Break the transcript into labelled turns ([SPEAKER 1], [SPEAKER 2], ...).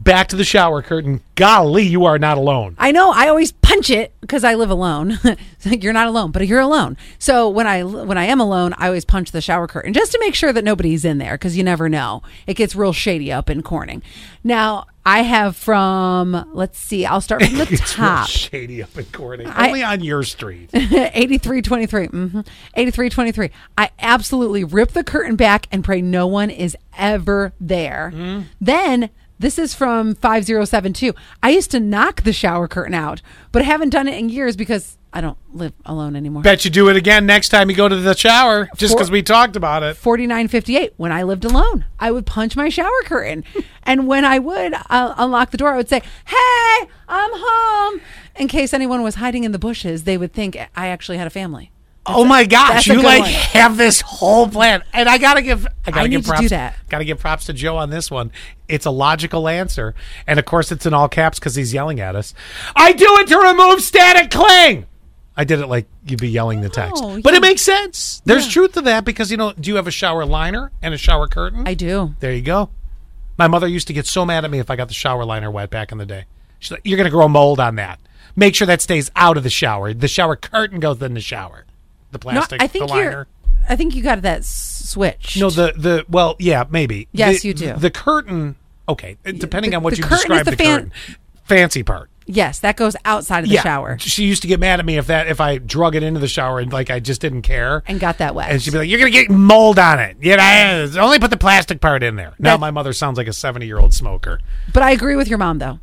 [SPEAKER 1] back to the shower curtain. Golly, you are not alone.
[SPEAKER 2] I know I always punch it because I live alone. It's like, you're not alone, but you're alone. So when I when I am alone, I always punch the shower curtain just to make sure that nobody's in there because you never know. It gets real shady up in Corning. Now I have from let's see. I'll start from the
[SPEAKER 1] It's real
[SPEAKER 2] top.
[SPEAKER 1] shady up in Corning.
[SPEAKER 2] I-
[SPEAKER 1] Only on your street.
[SPEAKER 2] 8323. Mm-hmm. 8323. I absolutely rip the curtain back and pray no one is ever there. Then this is from 5072. I used to knock the shower curtain out, but I haven't done it in years because I don't live alone anymore.
[SPEAKER 1] Bet you do it again next time you go to the shower, just
[SPEAKER 2] For-
[SPEAKER 1] because we talked about it.
[SPEAKER 2] 4958 when I lived alone. I would punch my shower curtain. and when I would uh, unlock the door, I would say, "Hey, I'm home." In case anyone was hiding in the bushes, they would think I actually had a family.
[SPEAKER 1] oh my gosh,
[SPEAKER 2] that's a
[SPEAKER 1] you
[SPEAKER 2] good
[SPEAKER 1] like
[SPEAKER 2] one.
[SPEAKER 1] have this whole plan, and I gotta give I gotta
[SPEAKER 2] I
[SPEAKER 1] give
[SPEAKER 2] need to do
[SPEAKER 1] props.
[SPEAKER 2] that.
[SPEAKER 1] Gotta give props to Joe on this one. It's a logical answer, and of course it's in all caps because he's yelling at us. I do it to remove static cling. I did it like you'd be yelling the text,
[SPEAKER 2] Oh,
[SPEAKER 1] but
[SPEAKER 2] yeah.
[SPEAKER 1] it makes sense. There's truth to that because you know, do you have a shower liner and a shower curtain?
[SPEAKER 2] I do.
[SPEAKER 1] There you go. My mother used to get so mad at me if I got the shower liner wet back in the day. She's like, "You're going to grow mold on that. Make sure that stays out of the shower. The shower curtain goes in the shower. The plastic,
[SPEAKER 2] I think
[SPEAKER 1] the
[SPEAKER 2] you're.
[SPEAKER 1] liner.
[SPEAKER 2] I think you got that s- switch.
[SPEAKER 1] No, the the well, yeah, maybe.
[SPEAKER 2] Yes,
[SPEAKER 1] The-
[SPEAKER 2] you do.
[SPEAKER 1] The curtain. Okay, depending
[SPEAKER 2] the-
[SPEAKER 1] on what
[SPEAKER 2] the
[SPEAKER 1] you
[SPEAKER 2] curtain is
[SPEAKER 1] describe
[SPEAKER 2] the
[SPEAKER 1] the,
[SPEAKER 2] fan-
[SPEAKER 1] curtain. Fancy part.
[SPEAKER 2] yes, that goes outside of the
[SPEAKER 1] yeah.
[SPEAKER 2] shower
[SPEAKER 1] She used to get mad at me if that if I drug it into the shower and like I just didn't care.
[SPEAKER 2] and got that wet.
[SPEAKER 1] And she'd be like, "You're gonna get mold on it. You know, only put the plastic part in there." Now
[SPEAKER 2] That-
[SPEAKER 1] my mother sounds like a seventy-year-old smoker.
[SPEAKER 2] but I agree with your mom though.